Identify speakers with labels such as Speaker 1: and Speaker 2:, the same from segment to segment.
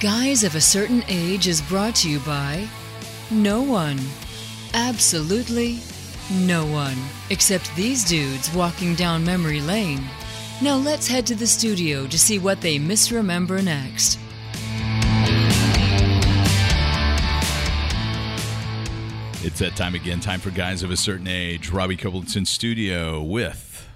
Speaker 1: Guys of a Certain Age is brought to you by no one. Absolutely no one. Except these dudes walking down memory lane. Now let's head to the studio to see what they misremember next.
Speaker 2: It's that time again, time for guys of a certain age. Robbie Copeland's in studio with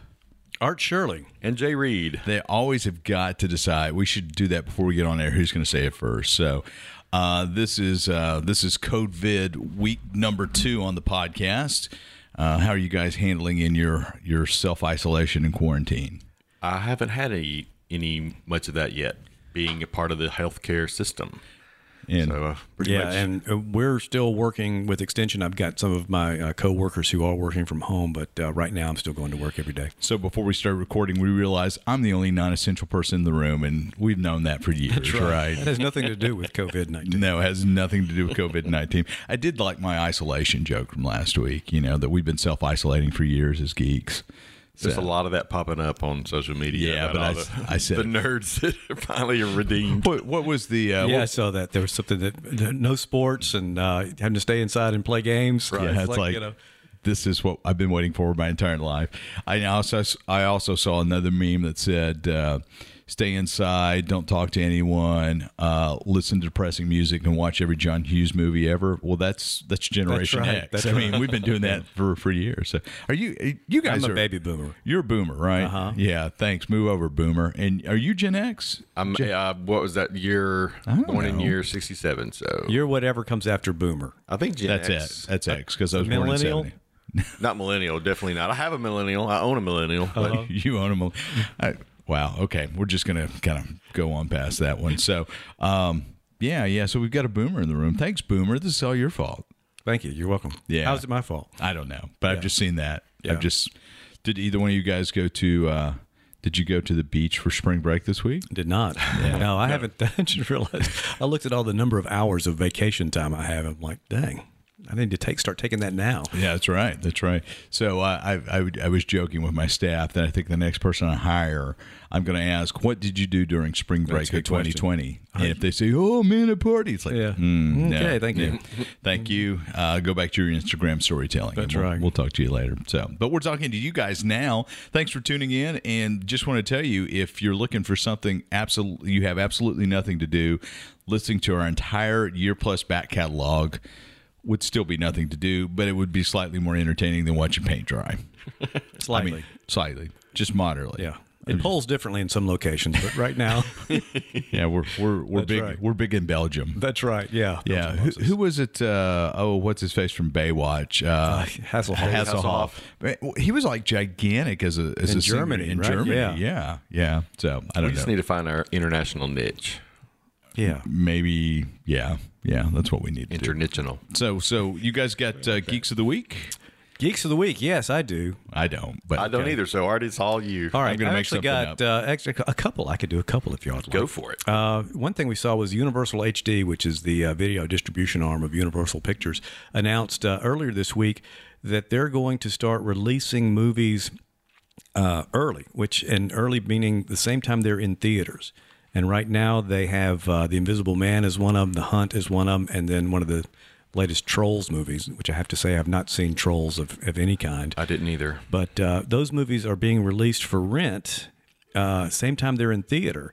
Speaker 2: Art Shirley.
Speaker 3: and Jay Reed.
Speaker 2: They always have got to decide. We should do that before we get on air. Who's going to say it first? So, uh, this is uh, this is Code Vid week number two on the podcast. Uh, how are you guys handling in your your self isolation and quarantine?
Speaker 3: I haven't had any, any much of that yet, being a part of the healthcare system.
Speaker 2: And
Speaker 3: So, uh, pretty
Speaker 4: Yeah,
Speaker 3: much.
Speaker 4: and uh, we're still working with Extension. I've got some of my uh, coworkers who are working from home, but uh, right now I'm still going to work every day.
Speaker 2: so before we started recording, we realized I'm the only non essential person in the room, and we've known that for years, right?
Speaker 4: That has nothing to do with COVID nineteen.
Speaker 2: No, it has nothing to do with COVID 19. I did like my isolation joke from last week, you know, that we've been self isolating for years as geeks.
Speaker 3: there's a lot of that popping up on social media.
Speaker 2: Yeah,
Speaker 3: about
Speaker 2: but I
Speaker 3: all
Speaker 2: s-
Speaker 3: the,
Speaker 2: I said
Speaker 3: the
Speaker 2: it.
Speaker 3: nerds that are finally are redeemed.
Speaker 2: What, what was the. Uh,
Speaker 4: Yeah, I
Speaker 2: what-
Speaker 4: saw that there was something that, that no sports and uh, having to stay inside and play games.
Speaker 2: yeah, it's like, this is what I've been waiting for my entire life. I also, I also saw another meme that said, uh, stay inside, don't talk to anyone, uh, listen to depressing music, and watch every John Hughes movie ever. Well, that's that's Generation
Speaker 4: right,
Speaker 2: X.
Speaker 4: that's
Speaker 2: I mean, we've been doing that for, for years. So are you, you guys
Speaker 4: I'm a
Speaker 2: are-
Speaker 4: baby boomer.
Speaker 2: You're a boomer, right? Uh-huh. Yeah, thanks. Move over, boomer. And are you Gen X?
Speaker 3: I'm, uh, what was that year?
Speaker 2: don't
Speaker 3: Born in
Speaker 2: know.
Speaker 3: year '67. So
Speaker 4: You're whatever comes after boomer.
Speaker 3: I think Gen
Speaker 2: That's
Speaker 3: X.
Speaker 2: X. That's X because I was born in
Speaker 4: Uh, Millennial?
Speaker 2: 70.
Speaker 3: Not millennial, definitely not. I have a millennial. I own a millennial. But
Speaker 2: You own them. I, wow. Okay. We're just going to kind of go on past that one. So, um, yeah, yeah. So we've got a boomer in the room. Thanks, boomer. This is all your fault.
Speaker 4: Thank you. You're welcome.
Speaker 2: Yeah.
Speaker 4: How's it my fault?
Speaker 2: I don't know, but I've just seen that.
Speaker 4: Yeah.
Speaker 2: I've just. Did either one of you guys go to? Uh, did you go to the beach for spring break this week?
Speaker 4: Did not. No, I haven't. I just realized. I looked at all the number of hours of vacation time I have. I'm like, dang, I need to take start taking that now.
Speaker 2: Yeah, that's right. That's right. So uh, I, I, would- I was joking with my staff that I think the next person I hire, I'm going to ask, "What did you do during spring break
Speaker 4: That's a good
Speaker 2: of 2020?" And if they say, "Oh, man, a party," it's like,
Speaker 4: Yeah.
Speaker 2: "Mm, no,
Speaker 4: Mm-hmm. Okay, thank you.
Speaker 2: no." thank you. Uh, go back to your Instagram storytelling.
Speaker 4: That's
Speaker 2: and we'll,
Speaker 4: right.
Speaker 2: We'll talk to you later. So, but we're talking to you guys now. Thanks for tuning in, and just want to tell you if you're looking for something, absolutely, you have absolutely nothing to do. Listening to our entire year plus back catalog would still be nothing to do, but it would be slightly more entertaining than watching paint dry.
Speaker 4: Slightly.
Speaker 2: I mean, slightly, just moderately.
Speaker 4: Yeah. It polls differently in some locations, but right now,
Speaker 2: yeah. We're we're we're big
Speaker 4: right.
Speaker 2: we're big in Belgium.
Speaker 4: that's right. Yeah.
Speaker 2: Yeah, who, who was it? Uh, oh, what's his face from Baywatch? Uh,
Speaker 4: Hasselhoff.
Speaker 2: Hasselhoff. He was like gigantic as a as
Speaker 4: In
Speaker 2: a singer
Speaker 4: Germany,
Speaker 2: in
Speaker 4: right?
Speaker 2: Germany. Yeah.
Speaker 4: Yeah.
Speaker 2: yeah, So I
Speaker 3: we
Speaker 2: don't know.
Speaker 3: just need to find our international niche.
Speaker 4: Yeah.
Speaker 2: Maybe yeah, yeah. That's what we need to do.
Speaker 3: International.
Speaker 2: So so you guys got uh, geeks of the week?
Speaker 4: Geeks of the Week. Yes, I do.
Speaker 2: I don't, but
Speaker 3: I don't
Speaker 2: okay.
Speaker 3: either. So Art, it's all you.
Speaker 4: All right.
Speaker 2: gonna
Speaker 4: I've
Speaker 2: make
Speaker 4: actually
Speaker 2: something
Speaker 4: got Uh, extra, a couple. I could do a couple if you want.
Speaker 3: Go for it.
Speaker 4: Uh, one thing we saw was Universal HD, which is the uh, video distribution arm of Universal Pictures, announced uh, earlier this week that they're going to start releasing movies uh, early, which and early meaning the same time they're in theaters. And right now they have uh, The Invisible Man is one of them, The Hunt is one of them, and then one of the latest Trolls movies, which I have to say I've not seen Trolls of, of any kind.
Speaker 3: I didn't either.
Speaker 4: But uh, those movies are being released for rent. Uh, same time they're in theater,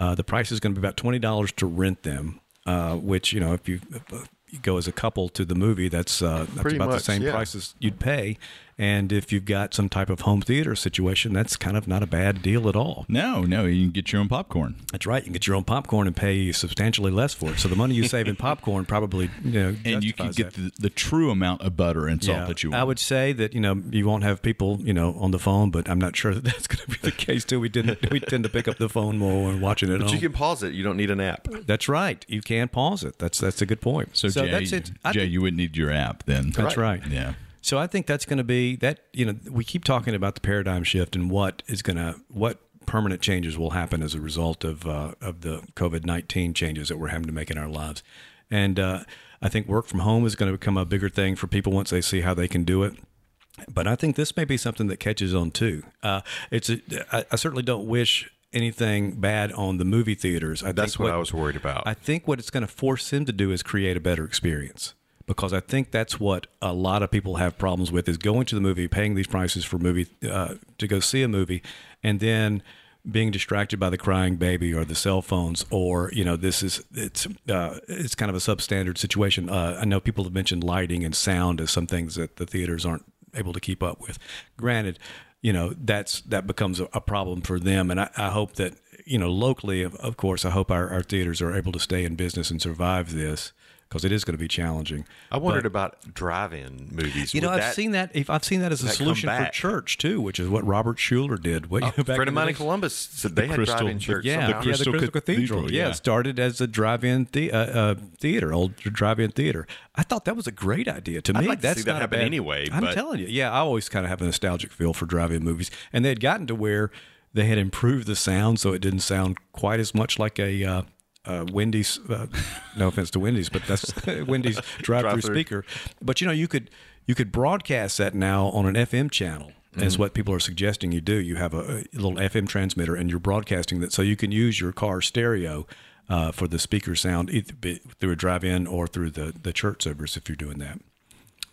Speaker 4: uh, the price is going to be about twenty dollars to rent them. Uh, which you know, if you, if uh, you go as a couple to the movie, that's, uh, that's
Speaker 3: Pretty
Speaker 4: about the
Speaker 3: much,
Speaker 4: same
Speaker 3: yeah.
Speaker 4: price as you'd pay. And if you've got some type of home theater situation, that's kind of not a bad deal at all.
Speaker 2: No, no. You can get your own popcorn.
Speaker 4: That's right. You can get your own popcorn and pay substantially less for it. So the money you save in popcorn probably you know
Speaker 2: And you can
Speaker 4: justifies
Speaker 2: get
Speaker 4: that.
Speaker 2: the, the true amount of butter and salt that you want.
Speaker 4: I would say that you know you won't have people you know on the phone, but I'm not sure that that's going to be the case too. We didn't. We tend to pick up the phone more when watching it.
Speaker 3: But you
Speaker 4: home.
Speaker 3: can pause it. You don't need an app.
Speaker 4: that's right. You can pause it. That's that's a good point.
Speaker 2: so, Jay,
Speaker 4: that's it. I
Speaker 2: Jay,
Speaker 4: think-
Speaker 2: you wouldn't need your app then.
Speaker 4: that's right.
Speaker 2: Yeah.
Speaker 4: So I think that's going to be that. You know, we keep talking about the paradigm shift and what is going to what permanent changes will happen as a result of uh, of the COVID nineteen changes that we're having to make in our lives, and uh, I think work from home is going to become a bigger thing for people once they see how they can do it. But I think this may be something that catches on too. Uh, it's a, I, I certainly don't wish anything bad on the movie theaters. I
Speaker 3: That's
Speaker 4: think
Speaker 3: what I was worried about.
Speaker 4: I think what it's going to force him to do is create a better experience because I think that's what a lot of people have problems with is going to the movie, paying these prices for movie uh, to go see a movie, and then being distracted by the crying baby or the cell phones or you know this is it's uh, it's kind of a substandard situation. Uh, I know people have mentioned lighting and sound as some things that the theaters aren't able to keep up with. Granted, you know that's that becomes a, a problem for them, and I, I hope that you know locally, of, of course, I hope our, our theaters are able to stay in business and survive this because it is going to be challenging.
Speaker 3: I wondered about drive-in movies.
Speaker 4: You know,
Speaker 3: Would
Speaker 4: I've
Speaker 3: that-
Speaker 4: seen that. If I've seen that as a
Speaker 3: that come
Speaker 4: solution for
Speaker 3: back?
Speaker 4: church too, which is what Robert Schuller did. What
Speaker 3: a friend of mine
Speaker 4: Columbus.
Speaker 3: in Columbus said they had
Speaker 2: Crystal-
Speaker 3: drive-in church.
Speaker 4: Yeah,
Speaker 2: the
Speaker 3: somehow.
Speaker 4: yeah,
Speaker 2: Crystal
Speaker 4: the Crystal Cathedral.
Speaker 2: Cathedral,
Speaker 4: Yeah.
Speaker 2: yeah.
Speaker 4: it started as a drive-in the- uh, uh, theater, old drive-in theater. I thought that was a great idea. To me,
Speaker 3: like to
Speaker 4: that's
Speaker 3: see that
Speaker 4: not a
Speaker 3: happen
Speaker 4: bad-
Speaker 3: anyway,
Speaker 4: I'm
Speaker 3: but-
Speaker 4: telling you, yeah, I always kind of have a nostalgic feel for drive-in movies, and they had gotten to where they had improved the sound, so it didn't sound quite as much like a. Uh, uh, Wendy's, uh, no offense to Wendy's, but that's Wendy's drive-through
Speaker 3: Drive-thru.
Speaker 4: speaker. But you know, you could you could broadcast that now on an FM channel. Is what people are suggesting you do. You have a, a little FM transmitter, and you're broadcasting that, so you can use your car stereo uh, for the speaker sound, either be- through a drive-in or through the the church service if you're doing that.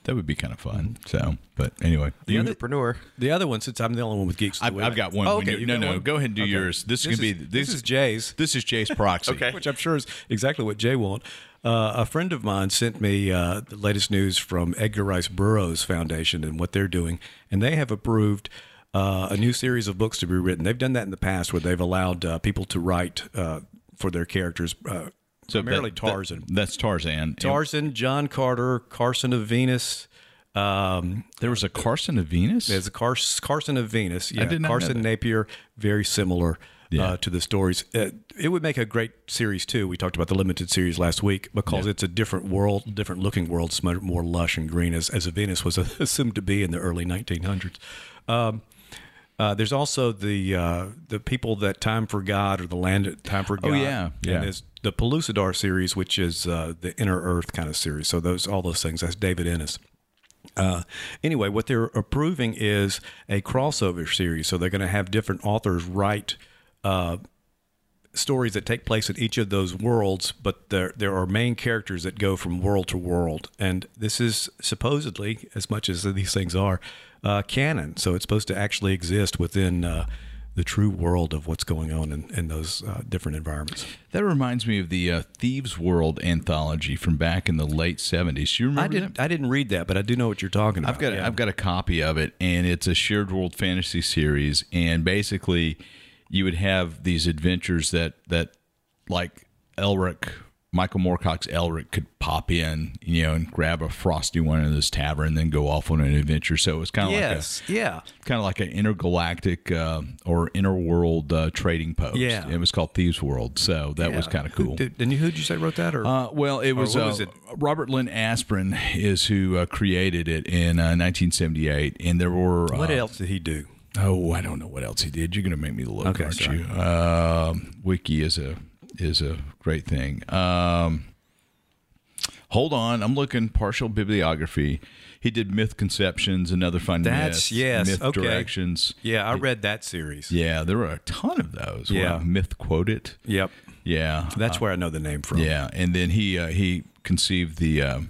Speaker 2: That would be kind of fun. So, but anyway,
Speaker 3: The entrepreneur.
Speaker 4: The other one, since I'm the only one with geeks,
Speaker 2: I've, I've got one.
Speaker 4: Oh,
Speaker 2: when
Speaker 4: okay,
Speaker 2: you-
Speaker 4: you
Speaker 2: no,
Speaker 4: got
Speaker 2: no,
Speaker 4: one?
Speaker 2: go ahead and do yours. This, is gonna be
Speaker 4: is- this is Jay's.
Speaker 2: This is Jay's proxy.
Speaker 3: Okay.
Speaker 4: which I'm sure is exactly what Jay won't. Uh, a friend of mine sent me uh, the latest news from Edgar Rice Burroughs Foundation and what they're doing, and they have approved uh, a new series of books to be written. They've done that in the past, where they've allowed uh, people to write uh, for their characters, uh,
Speaker 2: So
Speaker 4: primarily
Speaker 2: that- that-
Speaker 4: Tarzan.
Speaker 2: that's Tarzan. And
Speaker 4: Tarzan, John Carter, Carson of Venus. Um,
Speaker 2: there was a Carson of Venus.
Speaker 4: there's a Cars- Carson of Venus. Yeah,
Speaker 2: did not know
Speaker 4: Carson
Speaker 2: that.
Speaker 4: Napier, very similar uh, to the stories. Uh, it would make a great series too. We talked about the limited series last week because it's a different world, different looking world. It's much more lush and green, as as a Venus was assumed to be in the early 1900s. Um, uh, there's also the uh, the people that Time for God or the Land at Time for God.
Speaker 2: Oh, yeah, yeah.
Speaker 4: And there's the Pellucidar series, which is uh, the Inner Earth kind of series. So those all those things. That's David Ennis. Uh, anyway, what they're approving is a crossover series. So they're going to have different authors write uh, stories that take place in each of those worlds, but there there are main characters that go from world to world, and this is supposedly as much as these things are uh, canon. So it's supposed to actually exist within. Uh, the true world of what's going on in, in those uh, different environments.
Speaker 2: that reminds me of the uh, Thieves World anthology from back in the late seventies. You remember?
Speaker 4: I
Speaker 2: that?
Speaker 4: didn't. I didn't read that, but I do know what you're talking about.
Speaker 2: I've got
Speaker 4: Yeah.
Speaker 2: I've got a copy of it, and it's a shared world fantasy series, and basically, you would have these adventures that that like Elric. Michael Moorcock's Elric could pop in, you know, and grab a frosty one in this tavern, and then go off on an adventure. So it was kind of
Speaker 4: yes. yeah.
Speaker 2: like a kind of like an intergalactic uh, or interworld uh, trading post.
Speaker 4: Yeah.
Speaker 2: it was called Thieves World, so that was
Speaker 4: Yeah.
Speaker 2: kind of
Speaker 4: Who
Speaker 2: cool.
Speaker 4: Did, and who did you say wrote that? Or
Speaker 2: Uh, well, it was,
Speaker 4: what
Speaker 2: uh,
Speaker 4: was it?
Speaker 2: Robert Lynn Aspirin is who uh, created it in uh, 1978, and there were uh,
Speaker 4: what else did he do?
Speaker 2: Oh, I don't know what else he did. You're going to make me look,
Speaker 4: Okay,
Speaker 2: aren't
Speaker 4: sorry.
Speaker 2: you? Um, Wiki is a is a great thing. Um, hold on, I'm looking partial bibliography. He did Myth Conceptions, another fun
Speaker 4: That's-
Speaker 2: myth,
Speaker 4: yes,
Speaker 2: Myth
Speaker 4: okay.
Speaker 2: Directions.
Speaker 4: Yeah, I read that series.
Speaker 2: Yeah, there were a ton of those. where
Speaker 4: Yeah.
Speaker 2: I Myth quoted.
Speaker 4: Yep.
Speaker 2: Yeah,
Speaker 4: That's where I know the name from.
Speaker 2: Uh, yeah, and then he uh, he conceived the um,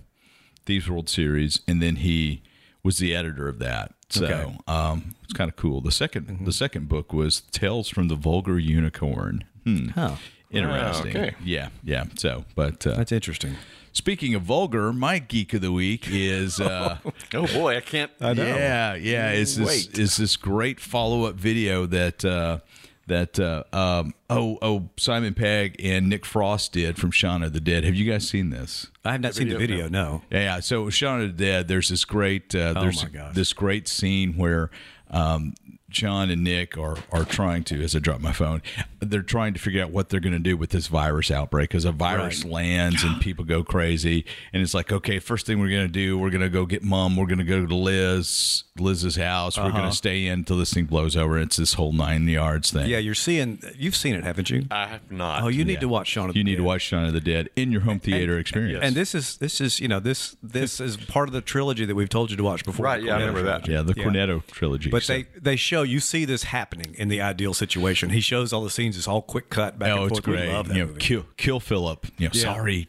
Speaker 2: Thieves World series, and then he was the editor of that. So
Speaker 4: Okay.
Speaker 2: um, it's kind of cool. The 2nd
Speaker 3: Mm-hmm.
Speaker 2: the second book was Tales from the Vulgar Unicorn. Hmm.
Speaker 4: Huh.
Speaker 2: Interesting.
Speaker 3: Wow, Ah, okay.
Speaker 2: Yeah, yeah. So, but uh,
Speaker 4: That's interesting.
Speaker 2: speaking of vulgar, my geek of the week is uh,
Speaker 3: Oh boy, I can't.
Speaker 2: yeah, yeah. Is this
Speaker 3: Wait.
Speaker 2: is this great follow up video that uh, that uh, um, oh oh Simon Pegg and Nick Frost did from Shaun of the Dead? Have you guys seen this?
Speaker 4: I have not seen the video. No.
Speaker 2: Yeah, yeah. So Shaun of the Dead, there's this great uh, there's
Speaker 4: Oh my gosh.
Speaker 2: this great scene where um, John and Nick are are trying to as I drop my phone, they're trying to figure out what they're going to do with this virus outbreak because a virus lands and people go crazy, and it's like, okay, first thing we're going to do, we're going to go get mom, we're going to go to Liz Liz's house, we're
Speaker 4: Uh-huh.
Speaker 2: going to stay in until this thing blows over. It's this whole nine yards thing.
Speaker 4: Yeah, you're seeing. You've seen it, haven't you?
Speaker 3: I have not.
Speaker 4: oh, you need to watch Shaun of the
Speaker 2: You need to
Speaker 4: Dead.
Speaker 2: watch Shaun of the Dead in your home theater experience.
Speaker 4: And this is this is you know this this is part of the trilogy that we've told you to watch before.
Speaker 3: Right, yeah, I remember that.
Speaker 2: yeah, the
Speaker 4: Yeah.
Speaker 2: Cornetto trilogy.
Speaker 4: But
Speaker 2: so-
Speaker 4: they they show you see this happening in the ideal situation. He shows all the scenes. It's all quick cut back
Speaker 2: Oh,
Speaker 4: and
Speaker 2: it's
Speaker 4: forth.
Speaker 2: great.
Speaker 4: We love that
Speaker 2: you know,
Speaker 4: movie.
Speaker 2: kill, kill Philip. You know, sorry.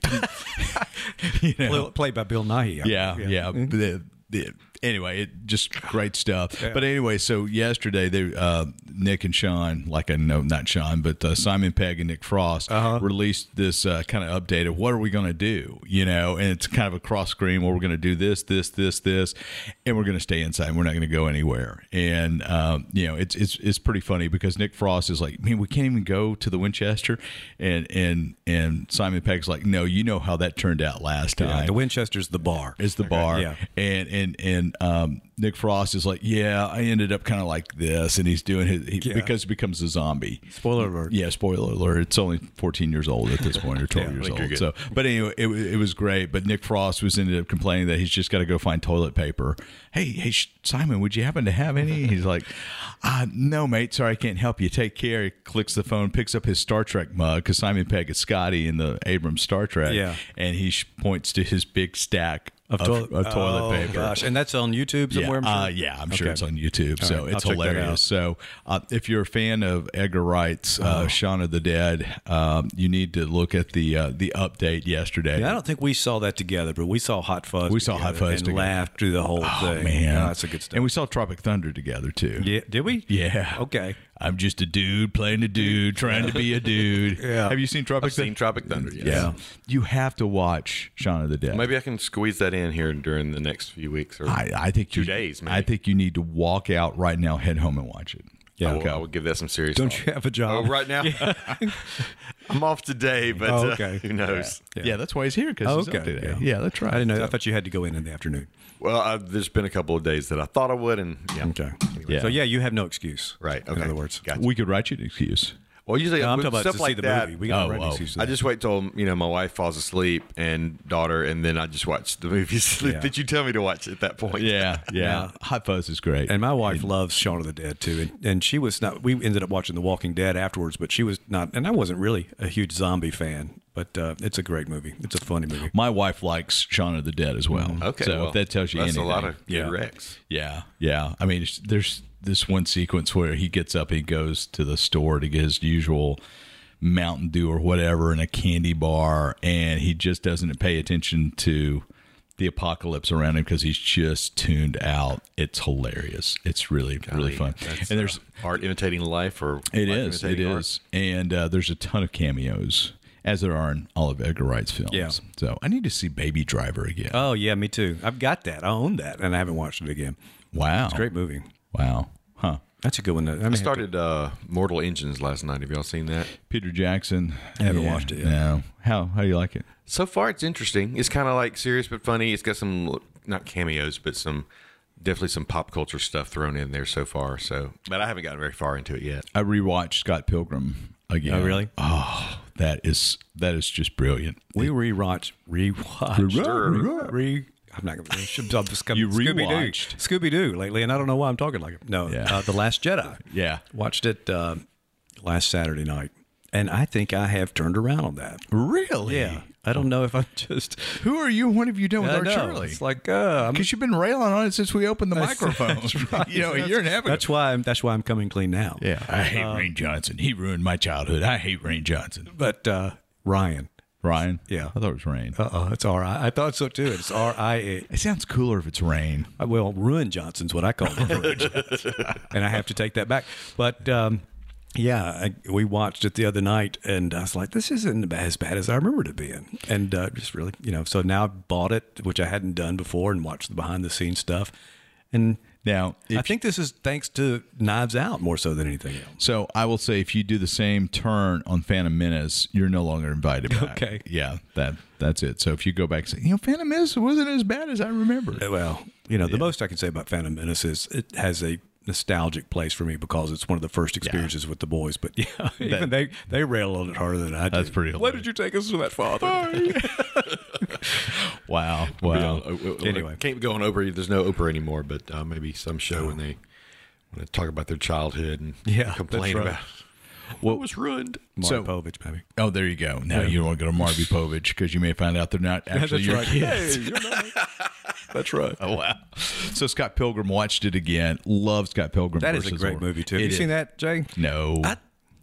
Speaker 2: You know?
Speaker 4: Pl- Played by Bill Nighy. I
Speaker 2: Yeah,
Speaker 4: believe.
Speaker 2: yeah. The, the, anyway, it just great stuff. But anyway, so yesterday they uh, Nick and Sean, like I know not Sean, but uh, Simon Pegg and Nick Frost released this uh, kind of update of what are we going to do, you know, and it's kind of a cross screen where we're going to do this, this, this, this, and we're going to stay inside. We're not going to go anywhere. And um, you know, it's it's it's pretty funny because Nick Frost is like, man, we can't even go to the Winchester, and and and Simon Pegg's like, no, you know how that turned out last time
Speaker 4: Yeah, The Winchester's the bar.
Speaker 2: is the bar.
Speaker 4: yeah.
Speaker 2: And and and um, Nick Frost is like, yeah, I ended up kind of like this, and he's doing his he,
Speaker 4: Yeah.
Speaker 2: because he becomes a zombie.
Speaker 4: Spoiler alert.
Speaker 2: Yeah, spoiler alert. It's only 14 years old at this point, or 12 years
Speaker 3: think you're
Speaker 2: old.
Speaker 3: good.
Speaker 2: So, but anyway, it, wa- it was great. But Nick Frost was ended up complaining that he's just got to go find toilet paper. Hey, hey, sh- Simon, would you happen to have any? He's like, uh, no, mate. Sorry, I can't help you. Take care. He clicks the phone, picks up his Star Trek mug because Simon Pegg is Scotty in the Abrams Star Trek.
Speaker 4: Yeah.
Speaker 2: and he sh- points to his big stack of,
Speaker 4: Of, toilet,
Speaker 2: of toilet
Speaker 4: oh,
Speaker 2: paper.
Speaker 4: Gosh, and that's on YouTube somewhere.
Speaker 2: Yeah,
Speaker 4: I'm
Speaker 2: uh,
Speaker 4: sure?
Speaker 2: yeah, I'm sure
Speaker 4: Okay.
Speaker 2: it's on YouTube. so
Speaker 4: right, I'll
Speaker 2: it's
Speaker 4: check that out.
Speaker 2: hilarious. So uh, if you're a fan of Edgar Wright's
Speaker 4: Oh.
Speaker 2: uh, Shaun of the Dead, um, you need to look at the uh, the update yesterday.
Speaker 4: Yeah, I don't think we saw that together, but we saw Hot Fuzz.
Speaker 2: We saw Hot
Speaker 4: together
Speaker 2: Fuzz
Speaker 4: and
Speaker 2: together.
Speaker 4: laughed through the whole
Speaker 2: oh
Speaker 4: thing.
Speaker 2: man,
Speaker 4: Yeah, that's a good stuff.
Speaker 2: And we saw Tropic Thunder together too.
Speaker 4: yeah, Oh. did we?
Speaker 2: Yeah.
Speaker 4: Okay.
Speaker 2: I'm just a dude playing a dude, trying to be a dude.
Speaker 4: Yeah.
Speaker 2: Have you seen Tropic
Speaker 3: I've seen
Speaker 2: Thunder?
Speaker 3: Tropic Thunder. Yes.
Speaker 2: yeah. You have to watch Shaun of the Dead.
Speaker 3: Maybe I can squeeze that in here during the next few weeks or
Speaker 2: I, I think
Speaker 3: two
Speaker 2: you,
Speaker 3: days. Maybe.
Speaker 2: I think you need to walk out right now, head home and watch it.
Speaker 3: I will,
Speaker 2: Okay.
Speaker 3: I will give that some serious.
Speaker 4: Don't
Speaker 3: thought.
Speaker 4: you have a job?
Speaker 3: Oh, right now, I'm off today, but
Speaker 4: Oh,
Speaker 3: uh,
Speaker 4: okay.
Speaker 3: who knows?
Speaker 2: Yeah. that's why he's here because
Speaker 4: Oh,
Speaker 2: he's
Speaker 4: okay.
Speaker 2: up today.
Speaker 4: Yeah.
Speaker 2: Yeah. that's right.
Speaker 4: I didn't know. I thought you had to go in in the afternoon.
Speaker 3: Well, I've, there's been a couple of days that I thought I would, and yeah,
Speaker 4: Okay.
Speaker 2: Yeah.
Speaker 4: So yeah, you have no excuse.
Speaker 3: right. Okay.
Speaker 4: In other words,
Speaker 3: gotcha.
Speaker 2: We could write you an excuse.
Speaker 3: well, usually
Speaker 4: No, I'm
Speaker 3: with
Speaker 4: talking about
Speaker 3: stuff
Speaker 4: to
Speaker 3: like
Speaker 4: see the
Speaker 3: that.
Speaker 4: movie. We got
Speaker 2: Oh,
Speaker 4: no right
Speaker 2: oh.
Speaker 4: excuse. to
Speaker 3: I
Speaker 4: that.
Speaker 3: just wait till you know my wife falls asleep and daughter, and then I just watch the movies
Speaker 4: Yeah.
Speaker 3: that you tell me to watch at that point.
Speaker 2: Yeah,
Speaker 4: Yeah.
Speaker 2: Hot Fuzz is great.
Speaker 4: And my wife loves Shaun of the Dead too, and, and she was not. We ended up watching The Walking Dead afterwards, but she was not, and I wasn't really a huge zombie fan. But uh, it's a great movie. It's a funny movie.
Speaker 2: my wife likes Shaun of the Dead as Mm-hmm. well.
Speaker 3: Okay.
Speaker 2: so
Speaker 3: well,
Speaker 2: if that tells you
Speaker 3: that's
Speaker 2: anything,
Speaker 3: a lot of good
Speaker 2: yeah,
Speaker 3: wrecks.
Speaker 2: yeah, yeah. I mean, it's- there's this one sequence where he gets up, he goes to the store to get his usual Mountain Dew or whatever, and a candy bar, and he just doesn't pay attention to the apocalypse around him because he's just tuned out. It's hilarious. It's really really fun.
Speaker 3: That's,
Speaker 2: And there's
Speaker 3: uh, art imitating life, or
Speaker 2: It
Speaker 3: life
Speaker 2: is. It
Speaker 3: imitating art.
Speaker 2: is. And uh, there's a ton of cameos, as there are in all of Edgar Wright's films.
Speaker 4: Yeah.
Speaker 2: So I need to see Baby Driver again.
Speaker 4: Oh yeah, me too. I've got that. I own that, and I haven't watched it again.
Speaker 2: wow.
Speaker 4: Great movie.
Speaker 2: Wow. Huh.
Speaker 4: That's a good one. though. I, mean,
Speaker 3: I started uh, Mortal Engines last night. Have y'all seen that?
Speaker 2: Peter Jackson. I
Speaker 4: haven't watched it yet.
Speaker 2: No. How how do you like it?
Speaker 3: So far, it's interesting. It's kind of like serious but funny. It's got some not cameos, but some definitely some pop culture stuff thrown in there so far. So, but I haven't gotten very far into it yet.
Speaker 2: I rewatched Scott Pilgrim again.
Speaker 4: Oh, really?
Speaker 2: Oh, that is that is just brilliant.
Speaker 4: we rewatched, rewatched,
Speaker 3: Sure.
Speaker 4: re. I'm not going to. I'm just coming.
Speaker 2: You
Speaker 4: Scooby
Speaker 2: rewatched.
Speaker 4: Doo, Scooby Doo lately, and I don't know why I'm talking like it. No,
Speaker 2: Yeah.
Speaker 4: uh, the Last Jedi.
Speaker 2: Yeah.
Speaker 4: watched it uh, last Saturday night, and I think I have turned around on that.
Speaker 2: Really?
Speaker 4: Yeah, I don't know if I'm just.
Speaker 2: Who are you? and What have you done with
Speaker 4: I
Speaker 2: our
Speaker 4: know.
Speaker 2: Charlie?
Speaker 4: It's like uh, I'm,
Speaker 2: because you've been railing on it since we opened the microphone. You know, a year and a half ago.
Speaker 4: that's why I'm. That's why I'm coming clean now.
Speaker 2: yeah. I hate Rain Johnson. He ruined my childhood. I hate Rain Johnson.
Speaker 4: But uh, Ryan,
Speaker 2: Ryan?
Speaker 4: Yeah.
Speaker 2: I thought it was Rain.
Speaker 4: uh oh, it's R I. I thought so too. It's R I A.
Speaker 2: It sounds cooler if it's rain.
Speaker 4: Uh, Well, ruin Johnson's what I call it, and I have to take that back. But um, yeah, I, we watched it the other night, and I was like, "This isn't as bad as I remembered it being," and uh, just really, you know. So now I bought it, which I hadn't done before, and watched the behind the scenes stuff. And
Speaker 2: Now,
Speaker 4: I
Speaker 2: if,
Speaker 4: think this is thanks to Knives Out more so than anything else.
Speaker 2: so I will say, if you do the same turn on Phantom Menace, you're no longer invited. Back.
Speaker 4: Okay.
Speaker 2: yeah, that that's it. So if you go back, and say, you know, Phantom Menace wasn't as bad as I remember.
Speaker 4: Uh, Well, you know, the most I can say about Phantom Menace is it has a nostalgic place for me because it's one of the first experiences with the boys. But yeah, even they they rail on it harder than I did.
Speaker 2: That's pretty
Speaker 4: Why did you take us to that father?
Speaker 2: Wow, wow.
Speaker 3: Uh, uh, uh,
Speaker 4: Anyway.
Speaker 3: can't go on Oprah. There's no Oprah anymore, but uh, maybe some show when they want to talk about their childhood and
Speaker 4: Yeah, that's
Speaker 3: complain
Speaker 4: right.
Speaker 3: about what was ruined.
Speaker 4: Mark Povich, baby.
Speaker 2: Oh, there you go. Now you don't want to go to Marvy Povich because you may find out they're not actually your kids.
Speaker 4: Hey, you're not- That's right.
Speaker 2: Oh wow! So Scott Pilgrim watched it again. Love Scott Pilgrim.
Speaker 4: That is a
Speaker 2: versus
Speaker 4: great
Speaker 2: World.
Speaker 4: movie too.
Speaker 2: It
Speaker 4: you
Speaker 2: is.
Speaker 4: seen that, Jay?
Speaker 2: No.